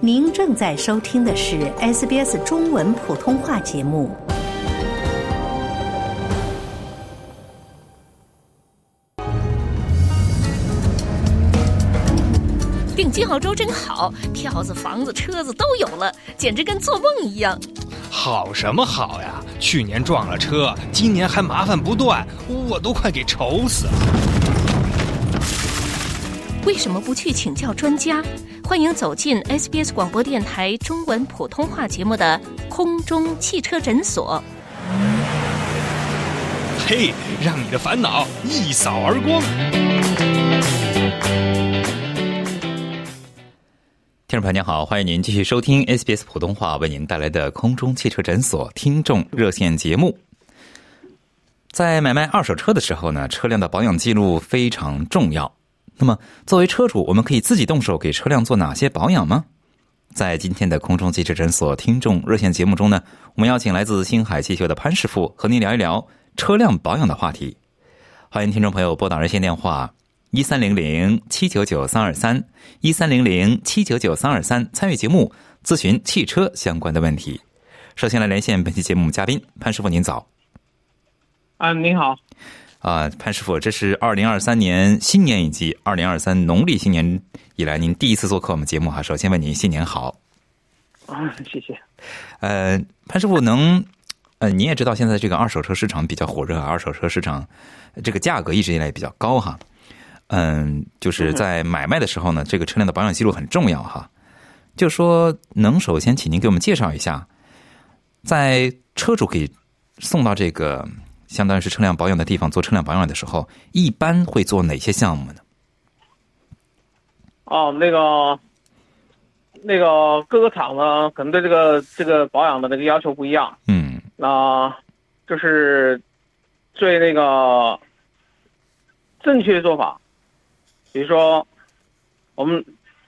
您正在收听的是 SBS 中文普通话节目。订金澳洲真好，票子、房子、车子都有了，简直跟做梦一样。好什么好呀？去年撞了车，今年还麻烦不断，我都快给愁死了。为什么不去请教专家？欢迎走进 SBS 广播电台中文普通话节目的空中汽车诊所。嘿，让你的烦恼一扫而光。听众朋友您好，欢迎您继续收听 SBS 普通话为您带来的空中汽车诊所听众热线节目。在买卖二手车的时候呢，车辆的保养记录非常重要。那么，作为车主，我们可以自己动手给车辆做哪些保养吗？在今天的空中汽车诊所听众热线节目中呢，我们邀请来自星海汽修的潘师傅和您聊一聊车辆保养的话题。欢迎听众朋友拨打热线电话一三零零七九九三二三一三零零七九九三二三参与节目咨询汽车相关的问题。首先来连线本期节目嘉宾潘师傅，您早。啊，您好，啊，潘师傅，这是二零二三年新年以及二零二三农历新年以来您第一次做客我们节目哈，首先问您新年好。啊，谢谢。呃，潘师傅能，呃，您也知道现在这个二手车市场比较火热，啊二手车市场呃这个价格一直以来也比较高哈。嗯，就是在买卖的时候呢，这个车辆的保养记录很重要哈。就说能首先请您给我们介绍一下，在车主给送到这个相当于是车辆保养的地方做车辆保养的时候，一般会做哪些项目呢？哦，那个，那个各个厂子可能对这个这个保养的这个要求不一样。嗯那、就是最那个正确的做法，比如说，我们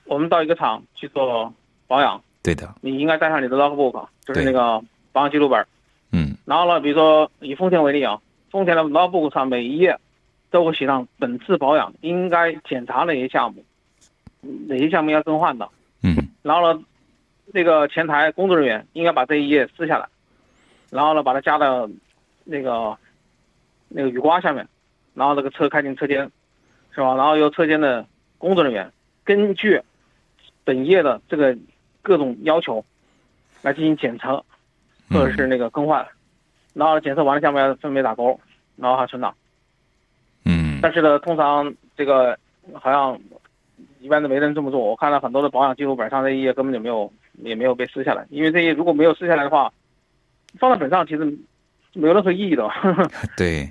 我们到一个厂去做保养，，对的，你应该带上你的 logbook，就是那个保养记录本儿。嗯然后呢，比如说以丰田为例啊，丰田的 logbook 上每一页都会写上本次保养应该检查哪些项目，哪些项目要更换的。嗯然后呢，那个前台工作人员应该把这一页撕下来，然后呢把它夹到那个那个雨刮下面，然后这个车开进车间，是吧？然后由车间的工作人员根据本页的这个各种要求来进行检测，嗯或者是那个更换，然后检测完了下面要分别打勾，然后还存档。嗯但是呢，通常这个好像一般的没人这么做。我看到很多的保养记录本上这一页根本就没有，也没有被撕下来，因为这一页如果没有撕下来的话，放在本上其实没有任何意义的。 对。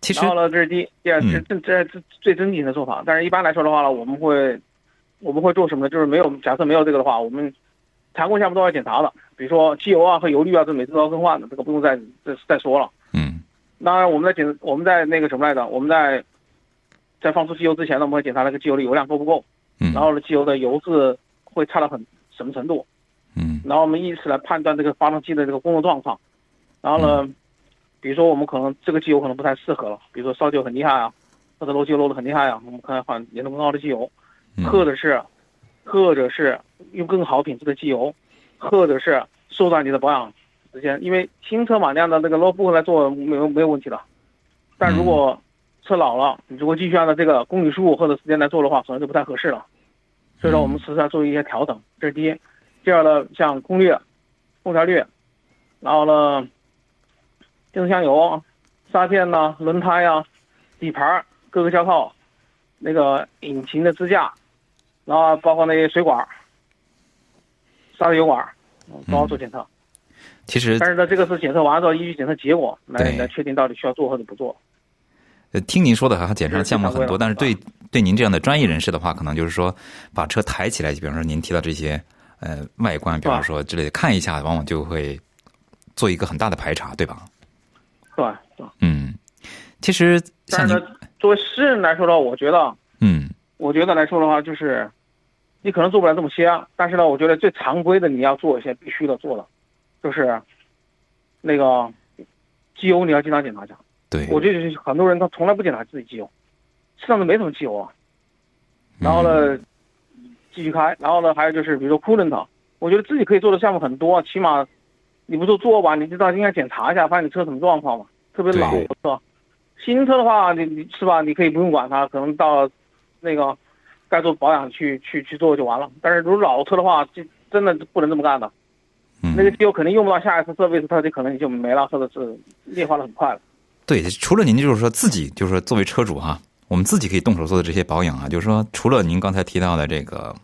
其实然后呢，这是第一，第二，这嗯这这这最真谨的做法。但是一般来说的话呢，我们会我们会做什么呢？就是没有假设没有这个的话，我们常规项目都要检查的，比如说机油啊和油滤啊，这每次都要更换的，这个不用再再再说了。嗯当然，我们在检，我们在那个什么来着？我们在在放出机油之前呢，我们会检查那个机油的油量够不够，嗯，然后呢，机油的油质会差到很什么程度，嗯然后我们以此来判断这个发动机的这个工作状况。然后呢，比如说我们可能这个机油可能不太适合了，比如说烧机油很厉害啊，或者漏机油漏的很厉害啊，我们可能换盐度更高的机油，嗯或者是或者是用更好品质的机油，或者是缩短你的保养时间，因为新车满量的那个 low 部分来做没有没有问题的，但如果车老了，你如果继续按照这个公里数或者时间来做的话，可能就不太合适了。所以说，我嗯们时常做一些调整，这是第一。第二呢，像功率、空调率，然后呢，变速箱油啊、刹片呐、轮胎呀、底盘儿、各个胶套、那个引擎的支架，然后包括那些水管儿、刹车油管儿，都要做检测。嗯其实但是呢，这个是检测完了之后，依据检测结果来对来确定到底需要做或者不做。呃，听您说的哈，检查的项目很多，是非常但是对规啊对您这样的专业人士的话，可能就是说把车抬起来，就比方说您提到这些呃外观，比方说之类的，看一下，往往就会做一个很大的排查，对吧？是吧？是吧嗯，其实像但是您呢，作为私人来说的话，我觉得，嗯我觉得来说的话，就是你可能做不了这么些，但是呢，我觉得最常规的你要做一些必须的做的，就是那个机油你要经常检查一下。对，我觉得很多人他从来不检查自己机油，身上都没什么机油啊。然后呢，继续开。然后呢，还有就是比如说 coolant，我觉啊得自己可以做的项目很多，啊起码你不做做吧，你知道应该检查一下，发现你车什么状况嘛，特别老对是吧？新车的话，你你是吧？你可以不用管它，可能到那个该做保养去去去做就完了。但是如果老车的话，就真的不能这么干的。嗯那个机油肯定用不到下一次 service，它就可能你就没了，或者是劣化的很快了。对，除了您就是说自己，就是说作为车主哈、我们自己可以动手做的这些保养啊，就是说除了您刚才提到的这个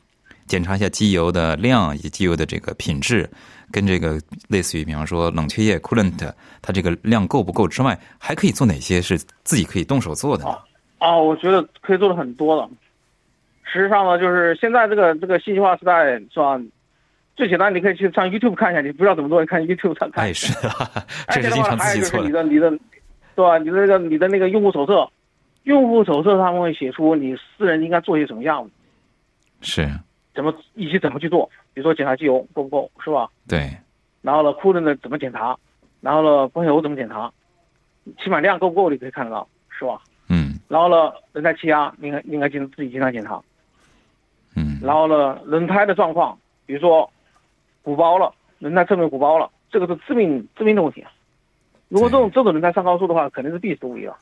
检查一下机油的量以及机油的这个品质，跟这个类似于比方说冷却液 coolant 它这个量够不够之外，还可以做哪些是自己可以动手做的呢？啊，我觉得可以做的很多了。实际上呢，就是现在这个这个信息化时代，是吧？最简单，你可以去上 YouTube 看一下，你不知道怎么做，你看 YouTube 上看。哎，是啊，而 这是且的经话常呢，还自己有就是做你的。的你的，对吧？你的那个你的那个用户手册，用户手册上面会写出你私人应该做些什么项目，是，怎么以及怎么去做。比如说检查机油够不够，是吧？对，然后呢，库仑的怎么检查，然后呢，光油怎么检查，起码量够不够，你可以看得到，是吧？嗯然后呢，轮胎气压应该应该经自己经常检查。嗯，然后呢，轮胎的状况，比如说鼓包了，轮胎侧面鼓包了，这个是致命致命的问题啊。如果这种这种轮胎上高速的话，肯定是必死无疑了。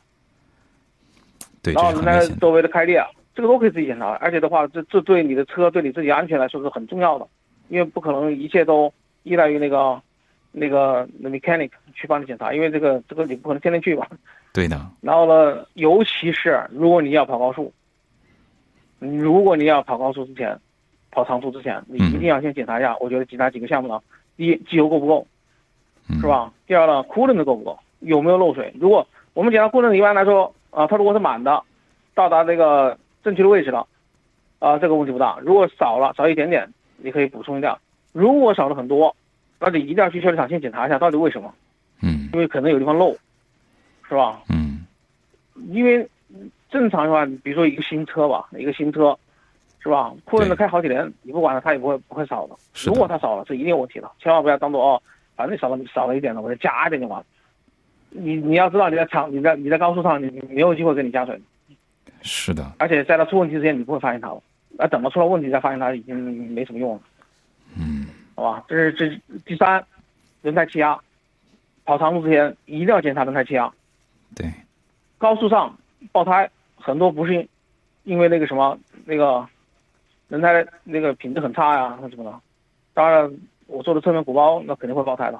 对，这然后是轮很危胎险的。周围的开裂，啊这个都可以自己检查，而且的话，这这对你的车对你自己安全来说是很重要的，因为不可能一切都依赖于那个那个那 mechanic 去帮你检查，因为这个这个你不可能天天去吧。对的，嗯然后呢，尤其是如果你要跑高速，嗯如果你要跑高速之前，跑长途之前，你一定要先检查一下。我觉得检查几个项目呢，第一，机油够不够，嗯是？吧？第二呢，库仑的够不够，有没有漏水？如果我们检查库仑，一般来说，啊、它如果是满的，到达这个正确的位置了，啊、这个问题不大。如果少了，少一点点，你可以补充一下。如果少了很多，那你一定要去修理厂先检查一下，到底为什么？嗯因为可能有地方漏，是吧？嗯，因为正常的话，比如说一个新车吧，一个新车，是吧？库仑的开好几年，你不管它，它也不会不会少的。是如果的，它少了，是一定有问题的，千万不要当做哦，反正少了少了一点了，我就加一点就完了。你你要知道你在长你在你在高速上，你你没有机会给你加水，是的，而且在它出问题之前，你不会发现它了。那等到出了问题再发现它，已经没什么用了，嗯好吧？这是这是第三，轮胎气压，跑长途之前一定要检查轮胎气压。对，高速上爆胎很多不是因为那个什么那个轮胎那个品质很差呀、或什么的。当然，我做的侧面鼓包那肯定会爆胎的，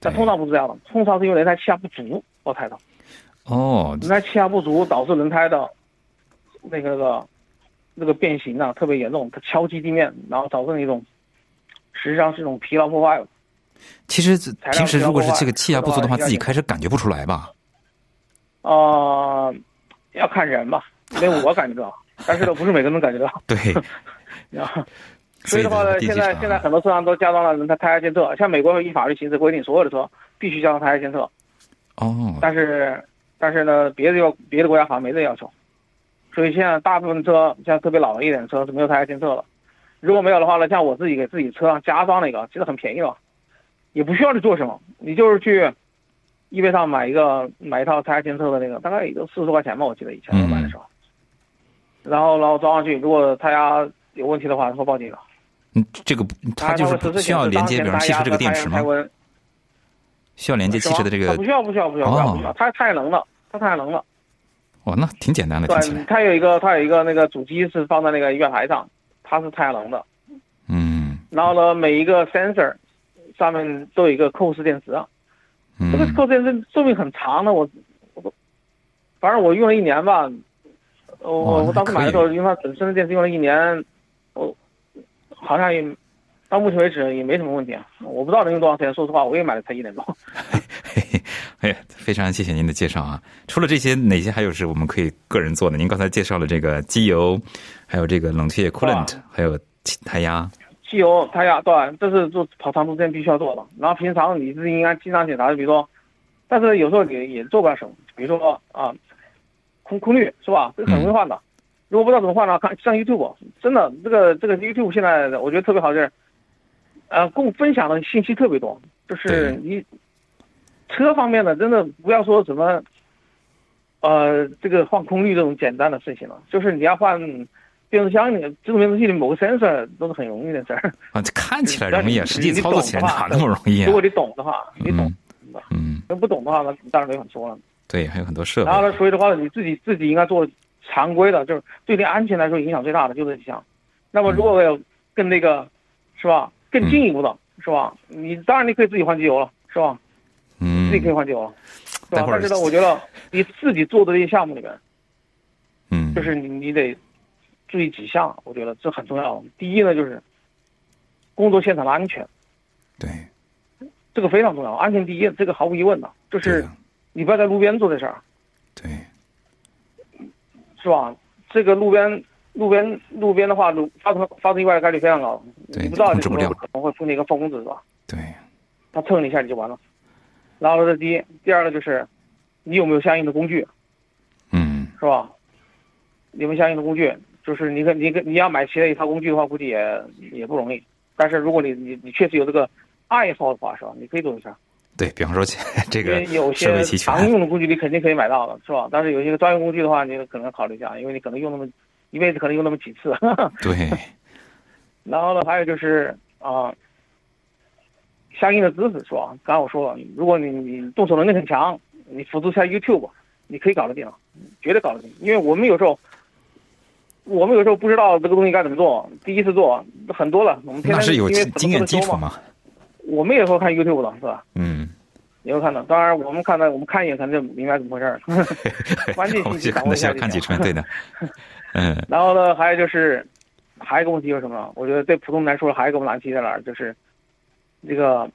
但对通常不是这样的，通常是因为轮胎气压不足爆胎的。哦，轮胎气压不足导致轮胎的那个那个那个变形啊特别严重，它敲击地面，然后导致那种实际上是一种疲劳破坏。其实这材料平时比较如果是多啊这个气压不足的话，比较自己紧开车感觉不出来 吧？呃，要看人吧，因为我感觉到，但是呢，不是每个人都感觉到。 对，所以的话这呢，个电现器厂在啊现在很多车上都加装了轮胎胎压监测，像美国依法律形式规定，所有的车必须加装胎压监测，哦，但是但是呢，别的要别的国家好像没这要求，所以现在大部分车像特别老一点的车是没有胎压监测了。如果没有的话呢，像我自己给自己车上加装了一个，其实很便宜了，也不需要你做什么，你就是去。易贝上买一个买一套胎压监测的那个，大概也就四十多块钱吧，我记得以前嗯我买的时候。然后然后装上去，如果胎压有问题的话，会报警的。嗯，这个不它就是不需要连接，比方汽车这个电池吗？需要连接汽车的这个不需要，不需要，不需要，不需要，不需要。它它也能了，它太能了。哦，那挺简单的，听起对，来，它有一个它有一个那个主机是放在那个月台上，它是太阳能的。嗯然后呢，每一个 sensor 上面都有一个扣式电池，啊这个嗯，扣式电池寿命很长的，我我都反正我用了一年吧。呃我哇我当时买的时候，因为它本身的电池用了一年，我好像也到目前为止也没什么问题啊。我不知道能用多长时间，说实话，我也买了才一年多。嘿嘿，哎呀，非常谢谢您的介绍啊！除了这些，哪些还有是我们可以个人做的？您刚才介绍了这个机油，还有这个冷却液 coolant，还有气胎压，机油、胎压，对，啊这是做跑长途之前必须要做的。然后平常你是应该经常检查的，比如说，但是有时候也也做不了什么，比如说啊，空空滤是吧？这个很容易换的。如果不知道怎么换的话，看上 YouTube，真的，这个这个 YouTube 现在我觉得特别好就是，呃，供分享的信息特别多，就是对你车方面的，真的不要说什么。呃，这个换空滤这种简单的事情了，就是你要换变速箱那个自动变速器里某个 sensor 都是很容易的事儿。啊，这看起来容易啊，你实际操作起来哪那么容易如啊果？你懂的话，你懂嗯；嗯，那不懂的话，那当然没法说了。对，还有很多设然后备。呢，所以的话，你自己自己应该做常规的，就是对你安全来说影响最大的就这几项。那嗯么如果有更那个，是吧？更进一步的，是吧？你当然你可以自己换机油了，是吧？嗯自己可以换机油了，是待吧？会儿但是呢，我觉得你自己做的这些项目里面，嗯，就是你你得注意几项，我觉得这很重要。第一呢，就是工作现场的安全，对，这个非常重要，安全第一，这个毫无疑问的。对就啊是呀你不要在路边做这事儿，对，是吧？这个路边路边路边的话，路发生发生意外的概率非常高，对你不知道控你制什不么时候了可能会碰见一个疯子，是吧？对，他蹭你一下你就完了。然后这是第一，第二个就是你有没有相应的工具，嗯，是吧？有没有相应的工具？就是你跟你跟你要买齐了一套工具的话，估计也也不容易。但是如果你你你确实有这个爱好的话，是吧？你可以做一下。对，比方说这因为个有设备些齐常全，用的工具你肯定可以买到的，是吧？但是有些专用工具的话，你可能考虑一下，因为你可能用那么一辈子，可能用那么几次。 对，然后呢，还有就是啊、相应的知识是吧？刚刚我说了，如果你你动手能力很强，你辅助一下 YouTube，你可以搞得定，绝对搞得定。因为我们有时候，我们有时候不知道这个东西该怎么做，第一次做很多了，我们天那天是有因为经验基础嘛。嘛。我们也会看 YouTube 的是吧？嗯，也会看到。当然，我们看到我们看一眼，可能就明白怎么回事儿。 关键我觉信息得可掌握能一需下要就看几 行。川，对的，嗯，然后呢，还有就是，还有一个问题就是什么呢？我觉得对普通人来说，还有一个难题在哪儿？就是这个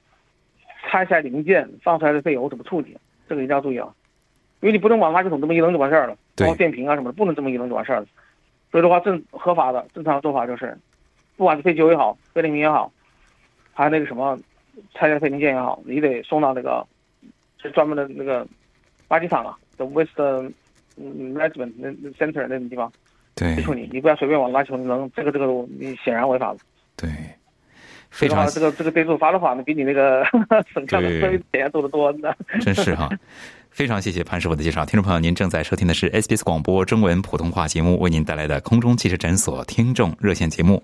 拆下来零件放出来的废油怎么处理？这个一定要注意啊，因为你不能往垃圾桶这么一扔就完事儿了，对包括电瓶啊什么的，不能这么一扔就完事儿了。所以的话，正合法的正常的做法就是，不管是废油也好，废电瓶也好，还有那个什么拆下来废零件也好，你得送到那个就专门的那个垃圾场啊，the waste 嗯 management 那那 center 那种地方。对接触你，你不要随便往垃圾桶里扔，这个这个你显然违法了。对，非常这个这个这个被处罚的话，那比你那个 省下的对税钱做得多呢。 真是哈、非常谢谢潘师傅的介绍，听众朋友，您正在收听的是 SBS 广播中文普通话节目为您带来的空中汽车诊所听众热线节目。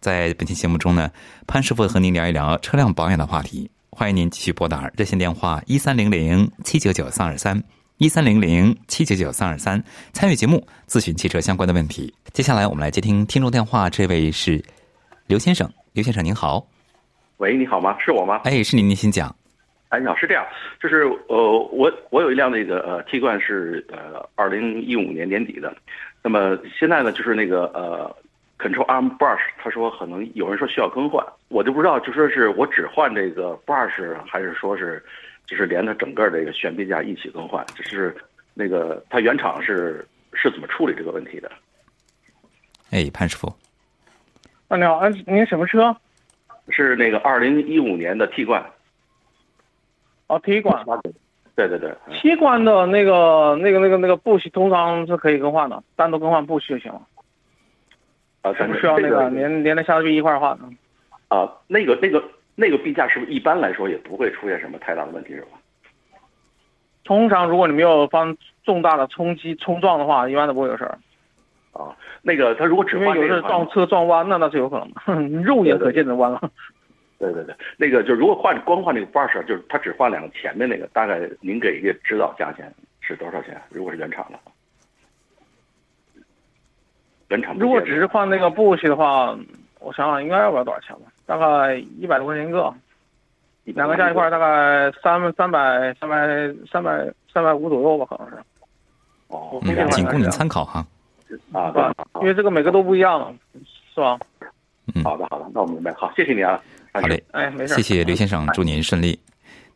在本期节目中呢，潘师傅和您聊一聊车辆保养的话题，欢迎您继续拨打热线电话一三零零七九九三二三一三零零七九九三二三参与节目咨询汽车相关的问题。接下来我们来接听听众电话，这位是刘先生，刘先生您好，喂，你好吗？是我吗？哎，是您，您请讲，哎，你好，是这样，就是呃，我我有一辆那个呃 T 冠是呃二零一五年年底的，那么现在呢，就是那个呃 Control Arm Brush，他说可能有人说需要更换，我就不知道，就说是我只换这个 Brush，还是说是就是连它整个这个悬臂架一起更换，就是那个它原厂是是怎么处理这个问题的？哎，潘师傅，啊，你好，嗯、您什么车？是那个二零一五年的 T 冠，哦，体育馆。对对对，嗯踢馆的那个、那个、那个、那个布许通常是可以更换的，单独更换布许就行了，啊，是咱不们需要那这个连连着下臂一块儿换的。啊，那个那个那个臂架是不是一般来说也不会出现什么太大的问题，是吧？通常如果你没有发生重大的冲击冲撞的话，一般都不会有事儿。啊，那个他如果只因为换有这时个候的话撞车撞弯了，那是有可能的， 肉眼可见的弯了。对对对，那个就如果换光换这个 brush，就是他只换两个前面那个，大概您给一个指导价钱是多少钱？如果是原厂的话，原厂如果只是换换那个布去的话，我想想应该要不了多少钱吧，大概一百多块钱一个，两个加一块儿大概三三百三百三百三百五左右吧，可能是，哦，这个嗯，好像仅供您是参考哈。啊，是吧？嗯因为这个每个都不一样了，是吧？好的好的，那我明白，好，谢谢您啊，好嘞，，哎，没事儿，谢谢刘先生，祝您顺利。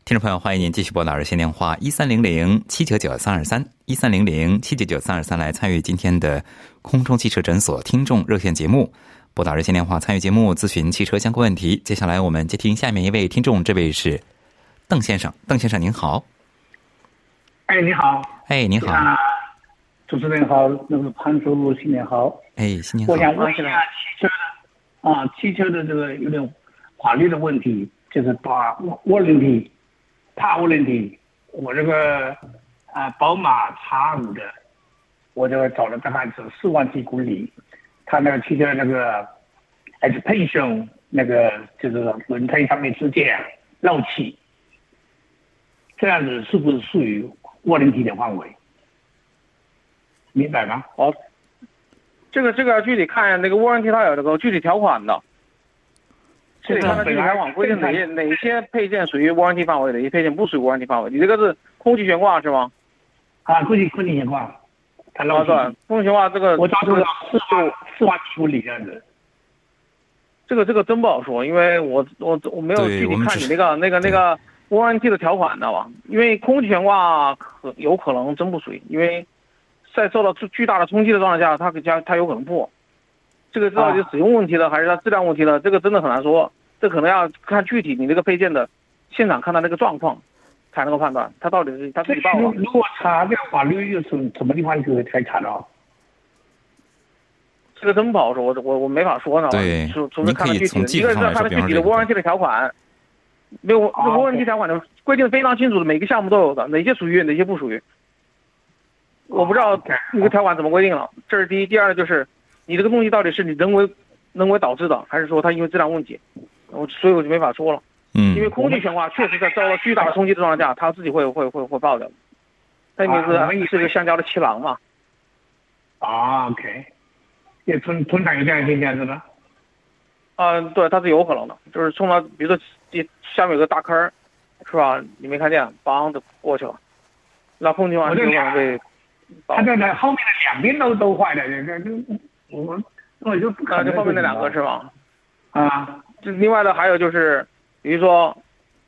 听众朋友，欢迎您继续拨打热线电话一三零零七九九三二三一三零零七九九三二三来参与今天的空中汽车诊所听众热线节目。拨打热线电话参与节目，咨询汽车相关问题。接下来我们接听下面一位听众，这位是邓先生。邓先生您好，哎，你好，啊哎，您好，主持人好，那个潘叔叔新年好，哎，新年好我，想问一下汽车的啊，汽车的这个有点法律的问题，就是把 warranty、怕 warranty，我这个啊宝马叉五的，我这个找了大概是四万几公里，它那个汽车那个 education 那个就是轮胎上面出现漏气，这样子是不是属于涡轮体的范围？明白吗？好，这个这个要具体看那个 warranty 它有这个具体条款的，这里看它具体条款规定哪些哪些配件属于 warranty 范围，哪些配件不属于 warranty 范围。你这个是空气悬挂是吗？啊，估计估计情况，它漏啊，气对，，空气悬挂这个我抓这住个了四万四万几公里这样子。这个这个真不好说，因为我我我没有对具我体们看只你那个那个那个 warranty 的条款，你知道吧？因为空气悬挂可有可能真不属于，因为在受到巨巨大的冲击的状态下，它可加它有可能破。这个到底啊是使用问题呢，还是它质量问题呢？这个真的很难说，这可能要看具体你这个配件的现场看它那个状况，才能够判断它到底是它自己报啊如了。如果查这个法律又是什么地方可以可以查到？这个真不好说，我我我没法说呢。对除除非看它你具可以体从的，技一术个是上来要说看它具体的比方说 warranty 的条款，没有啊那 warranty OK 条款的规定非常清楚的，每个项目都有的，哪些属于，哪些不属于。我不知道那个条款怎么规定了，这是第一。第二就是，你这个东西到底是你人为人为导致的，还是说它因为质量问题？我所以我就没法说了，嗯因为空气悬挂确实在遭到巨大的冲击的状态下，它自己会会会会爆掉的。它名啊我字以为是个橡胶的气囊嘛，啊，OK，也通通常有这样现象是吧？嗯，对，它是有可能的，就是冲到，比如说地下面有个大坑儿，是吧？你没看见，梆的过去了，那空气话我就这有 可能被爆它。在那后面的两边都都坏了，这这这我我就不可那能。啊就后面那两个是吧？啊，这另外的还有就是，比如说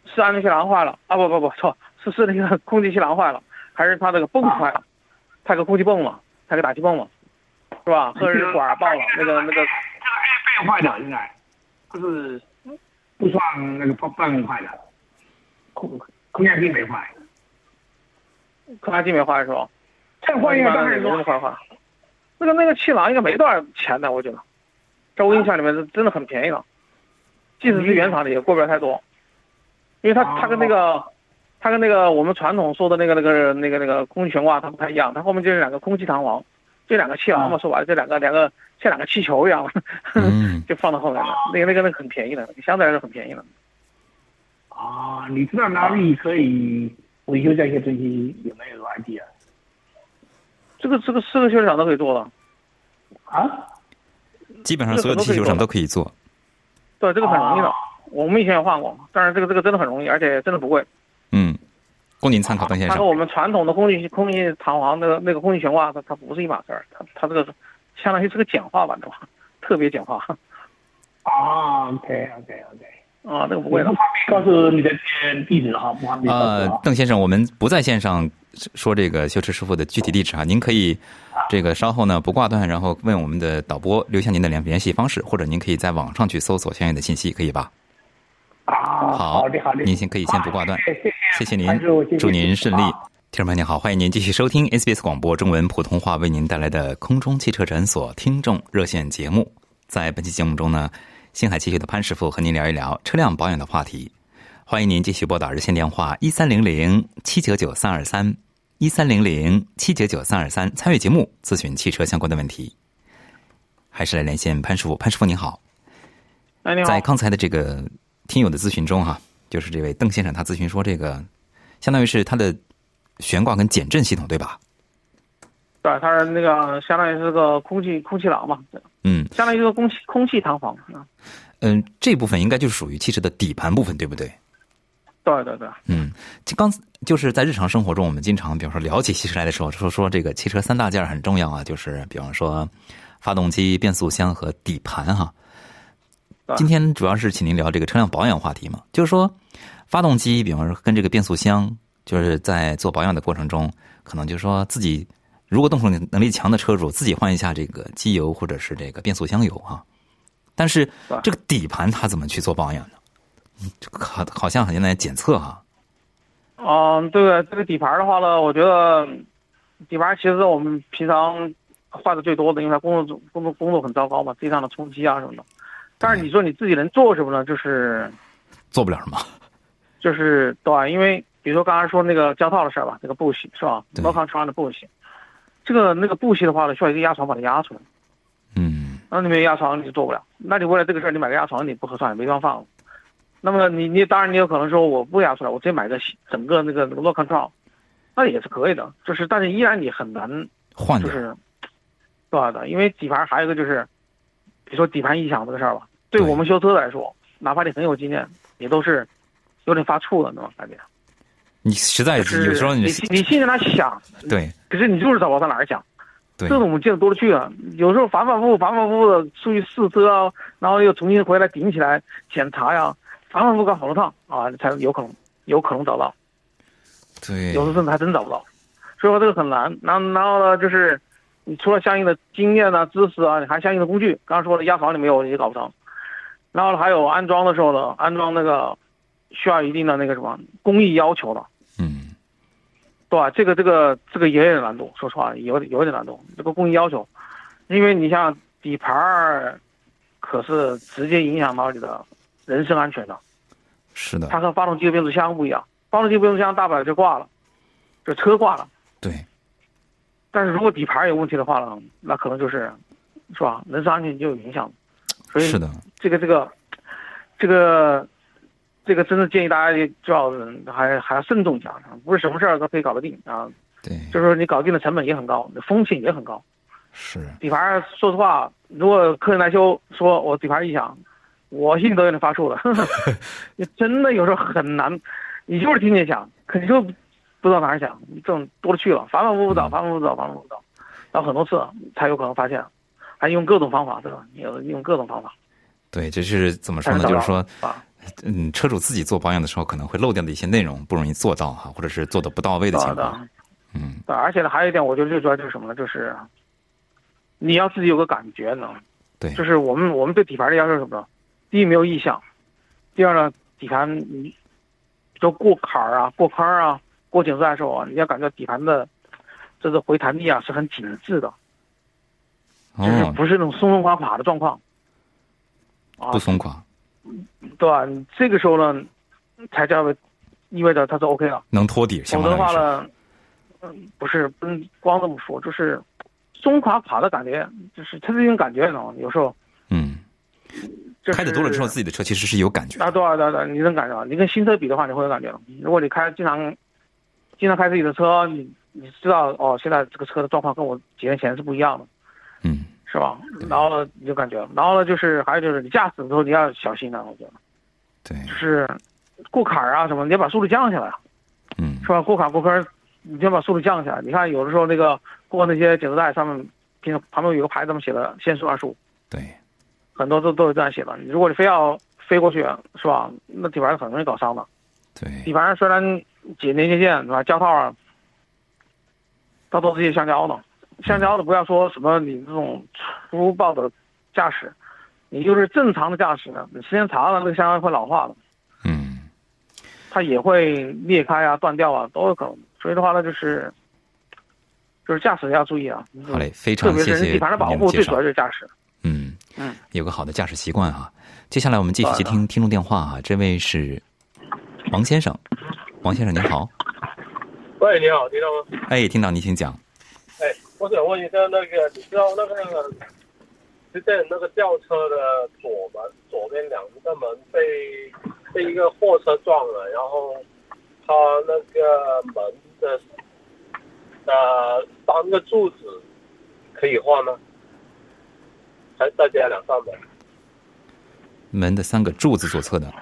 是安全气囊坏了啊，不不不错，是是那个空气气囊坏了，还是它那个泵坏了？它有个空气泵嘛，它有个打气泵嘛，是吧？或者是管儿爆了，那个那个这个二倍坏的应该就是不算那个半半坏的，空空压机没坏，空压机没坏是吧？这坏应该当然没那么说快换。那个那个气囊应该没多少钱的，我觉得，在我印象里面是真的很便宜了，即使是原厂的也过不了太多，因为它哦它跟那个，它跟那个我们传统说的那个那个那个那个空气悬挂它不太一样，它后面就是两个空气弹簧，这两个气囊嘛，说白了这两个两个像两个气球一样， 嗯，就放到后面了。那个那个那个很便宜的，相对来说很便宜的。啊，你知道哪里可以维修这些东西有没有 idea 这个这个四个修理厂都可以做的，啊？基本上所有的汽修厂都可以做。对，这个很容易的哦。我们以前也换过，但是这个这个真的很容易，而且真的不贵。嗯，供您参考，邓先它生啊跟。我们传统的空气空气弹簧那个那个空气悬挂，它它不是一码事儿，它它这个是相当于是个简化版的吧，特别简化 啊，OK OK OK。啊，那个不我会不嗯的方。便告诉你的地址哈，不方便告呃诉，啊。邓先生，我们不在线上说这个修车师傅的具体地址啊，您可以这个稍后呢不挂断，然后问我们的导播留下您的联联系方式，或者您可以在网上去搜索相应的信息，可以吧？啊，好的好的，您先可以先不挂断啊谢谢谢谢您还是我谢谢，祝您顺利啊。听众朋友您好，欢迎您继续收听 SBS 广播中文普通话为您带来的空中汽车诊所听众热线节目。在本期节目中呢，新海汽车的潘师傅和您聊一聊车辆保养的话题。欢迎您继续拨打热线电话一三零零七九九三二三一三零零七九九三二三参与节目咨询汽车相关的问题。还是来连线潘师傅，潘师傅您好。哎，你好在，刚才的这个听友的咨询中哈、就是这位邓先生他咨询说，这个相当于是他的悬挂跟减震系统对吧？对，它是那个相当于是个空气空气囊嘛，嗯相当于是个空气空气弹簧啊。嗯，这部分应该就是属于汽车的底盘部分，对不对？对对对，嗯，就刚就是在日常生活中，我们经常比方说聊起汽车来的时候，说说这个汽车三大件儿很重要啊，就是比方说发动机、变速箱和底盘哈、对今天主要是请您聊这个车辆保养话题嘛，就是说发动机，比方说跟这个变速箱，就是在做保养的过程中，可能就是说自己如果动手能力强的车主，自己换一下这个机油或者是这个变速箱油啊。但是对这个底盘它怎么去做保养呢？嗯这个好好像很难检测哈、嗯，这个这个底盘的话呢，我觉得底盘其实我们平常坏的最多的，因为它工作工作工作很糟糕嘛，地上的冲击啊什么的。但是你说你自己能做什么呢？就是做不了什么。就是对，啊因为比如说刚才说那个胶套的事儿吧，那个布洗是吧对？no c o n t r o l 的布洗，这个那个布洗的话呢，需要一个压床把它压出来。嗯那你没有压床你就做不了。那你为了这个事儿，你买个压床你不合算，没地方放。那么你你当然你有可能说我不压出来，我直接买个整个那个那个 low control，那也是可以的。就是但是依然你很难换就点儿，是多少的，因为底盘还有一个就是，比如说底盘异响这个事儿吧，对对我们修车来说，哪怕你很有经验，也都是有点发怵的那种感觉。你实在就是哎有时候你你你心里在那想，对可是你就是找不到往哪儿想。对这种我们见的多了去了，有时候反反复复、反反复复的出去试车啊，然后又重新回来顶起来检查呀，反反复复搞好多趟啊，才有可能有可能找到，对有时候甚至还真找不到。所以说这个很难。然后然后呢，就是你除了相应的经验啊、知识啊，你还相应的工具。刚刚说了压床你没有，你就搞不成。然后还有安装的时候呢，安装那个需要一定的那个什么工艺要求的。嗯对吧？这个这个这个也有点难度，说实话，有有点难度。这个工艺要求，因为你像底盘儿，可是直接影响到你的人身安全的。是的，它和发动机的变速箱不一样，发动机变速箱大不了就挂了，就车挂了。对但是如果底盘儿有问题的话呢，那可能就是，是吧？人身安全就有影响了。所以是的，这个这个这个这个，真的建议大家也最好是还还要慎重一下，不是什么事儿都可以搞得定啊。对就是说你搞定的成本也很高，风险也很高。是，底盘儿说实话，如果客人来修，说我底盘异响，我心里都有点发怵了。你真的有时候很难，你就是听见响，可你就不知道哪儿响，这种多了去了，反反复复找，反反复复找，反反复复找，然后很多次才有可能发现，还用各种方法，对吧？有的用各种方法对，这是怎么说才呢？能找就是到说，啊。嗯，车主自己做保养的时候可能会漏掉的一些内容，不容易做到哈，或者是做的不到位的对情吧对吧况。嗯，对而且呢，还有一点，我觉得最主要就是什么呢？就是你要自己有个感觉呢。对就是我们我们对底盘的要求是什么呢？第一没有异响，第二呢，底盘你就过坎儿啊、过坑儿啊、过井塞的时候啊，你要感觉底盘的这个回弹力啊是很紧致的，就是哦，不是那种松松垮垮的状况。啊不，松垮，对吧？你这个时候呢，才叫意味着它是 OK 了。能托底，相否则当于的话是。呢，嗯，不是，不能光这么说，就是松垮垮的感觉，就是它这种感觉，你知道吗？有时候嗯，就是开的多了之后，自己的车其实是有感觉的。啊，对啊，对啊，对啊，你能感觉到，你跟新车比的话，你会有感觉到。如果你开经常经常开自己的车，你你知道哦，现在这个车的状况跟我几年前是不一样的，嗯，是吧？然后呢，你就感觉，然后呢，就是还有就是你驾驶的时候你要小心啊，我觉得对，就是过坎儿啊什么，你要把速度降下来。嗯是，吧？过坎过坑，你就把速度降下来。你看有的时候那个过那些减速带上面，平旁边有个牌子上面写的限速二十五，对，很多都都有这样写的。如果你非要飞过去，是吧？那底盘很容易搞伤的。底对，盘虽然解连接线是吧，胶套啊，它都是一些橡胶的。橡胶的不要说什么你这种粗暴的驾驶，你就是正常的驾驶呢，你时间长了那个橡胶会老化的。嗯，它也会裂开啊、断掉啊，都有可能。所以的话呢，就是就是驾驶要注意啊。好嘞，非特常别谢是谢底您盘的保护，介最主绍要。就是驾驶。嗯嗯，有个好的驾驶习惯啊。接下来我们继续接听听众电话啊，这位是王先生，王先生您好，喂，你好，听到吗？哎，听到您请讲。哎，我想问一下，那个你知道那个之前那个轿车的左门左边两个门被被一个货车撞了，然后它那个门的呃三个柱子可以换吗？还是再加两扇门？门的三个柱子左侧的，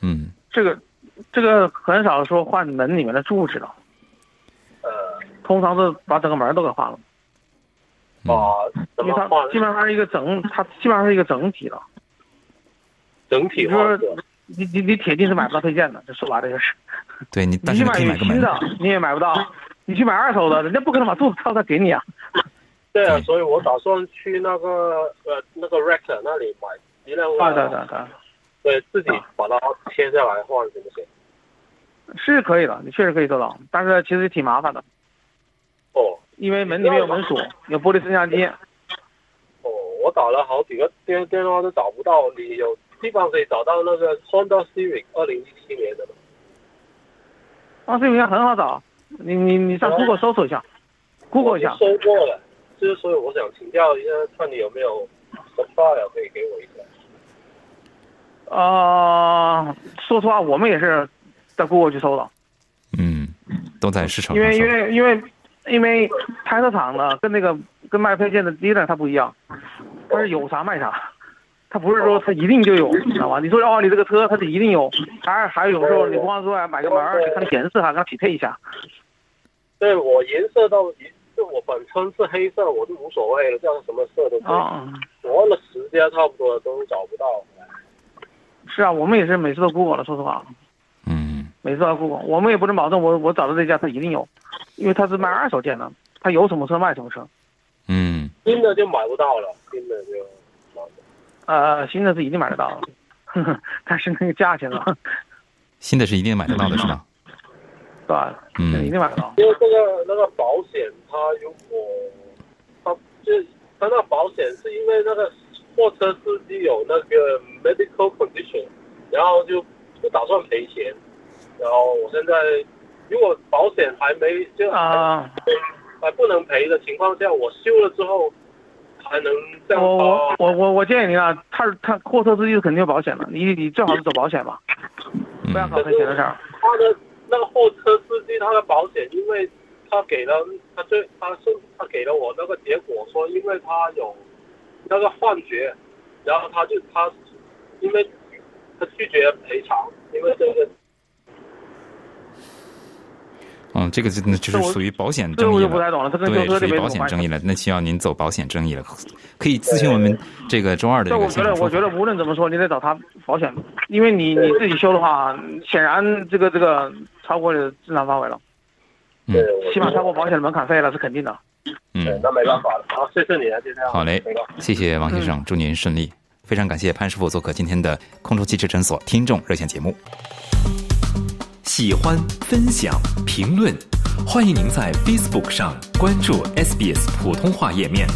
嗯，这个这个很少说换门里面的柱子的，呃，通常是把整个门都给换了，嗯哦，怎因为么它换？基本上是一个整，它基本上是一个整体的。整体换是吧你你你铁定是买不到配件的，这说白了就是，对你，你但是你去可以买有个新门，的你也买不到，你去买二手的，人家不可能把柱子挑出来给你啊。对啊对，所以我打算去那个呃那个 Rector 那里买一辆啊对对对对。啊对自己把它切下来换行不行？是可以的，你确实可以做到，但是其实挺麻烦的，哦因为门里面有门锁，有玻璃升降机。哦，我打了好几个电电话都找不到，你有地方可以找到那个 Honda Civic 二零一七年的吗？啊，这个应该很好找，你你你上哦 Google 搜索一下，Google 一下我，搜过了，就是所以我想请教一下，看你有没有什么报表可以给我一个。啊，说实话，我们也是在 Google 去搜的，嗯，都在市场因上为因收。为因为因为拍摄场呢，跟那个跟卖配件的地段它不一样，它是有啥卖啥，它不是说它一定就有，你知道吧？你说哦，你这个车它就一定有，还是还有时候你不光说哎买个门儿，你看显示还跟它匹配一下，对我颜色到底，就我本身是黑色，我就无所谓了，这样什么色都可以。啊、我问了十家差不多都找不到。是啊，我们也是每次都 Google 了，说实话，嗯每次都 Google，我们也不能保证我我找到这家它一定有，因为它是卖二手件的，它有什么车卖什么车，嗯新的就买不到了，新的就买不到。呃，新的是一定买得到 的，呵呵，但是那个价钱啊了，嗯新的是一定买得到的是吧？对吧？嗯一定买得到。因为这个那个保险，它如果它就它那保险是因为那个货车司机有那个 medical condition，然后就不打算赔钱。然后我现在如果保险还没就啊、还不能赔的情况下，我修了之后还能这样我我。包我我我建议您啊，他是他货车司机是肯定有保险的，你你最好是走保险吧，不要嗯搞赔钱的事儿。他的那个货车司机他的保险，因为他给了他最他是他给了我那个结果说，因为他有那个幻觉，然后他就他因为他拒绝赔偿，因为这个嗯，这个就就是这我属于保险这个争我议就不太了。懂了，这跟嗯修对，车属这于没什保么险关争系。议了，那需要您走保险争议了，可以咨询我们这个周二的这这我个觉现得场，我说觉法。得无论怎么说，你得找他保险，因为你你自己修的话，显然这个这个超过正常范围了，嗯对，起码超过保险。险的门槛费了，是肯定的。嗯，那没办法了，好，谢谢你啊，就这样。好嘞嗯没办法谢谢王先生，祝您顺利。非常感谢潘师傅做客今天的空中汽车诊所听众热线节目。喜欢、分享、评论，欢迎您在 Facebook 上关注 SBS 普通话页面。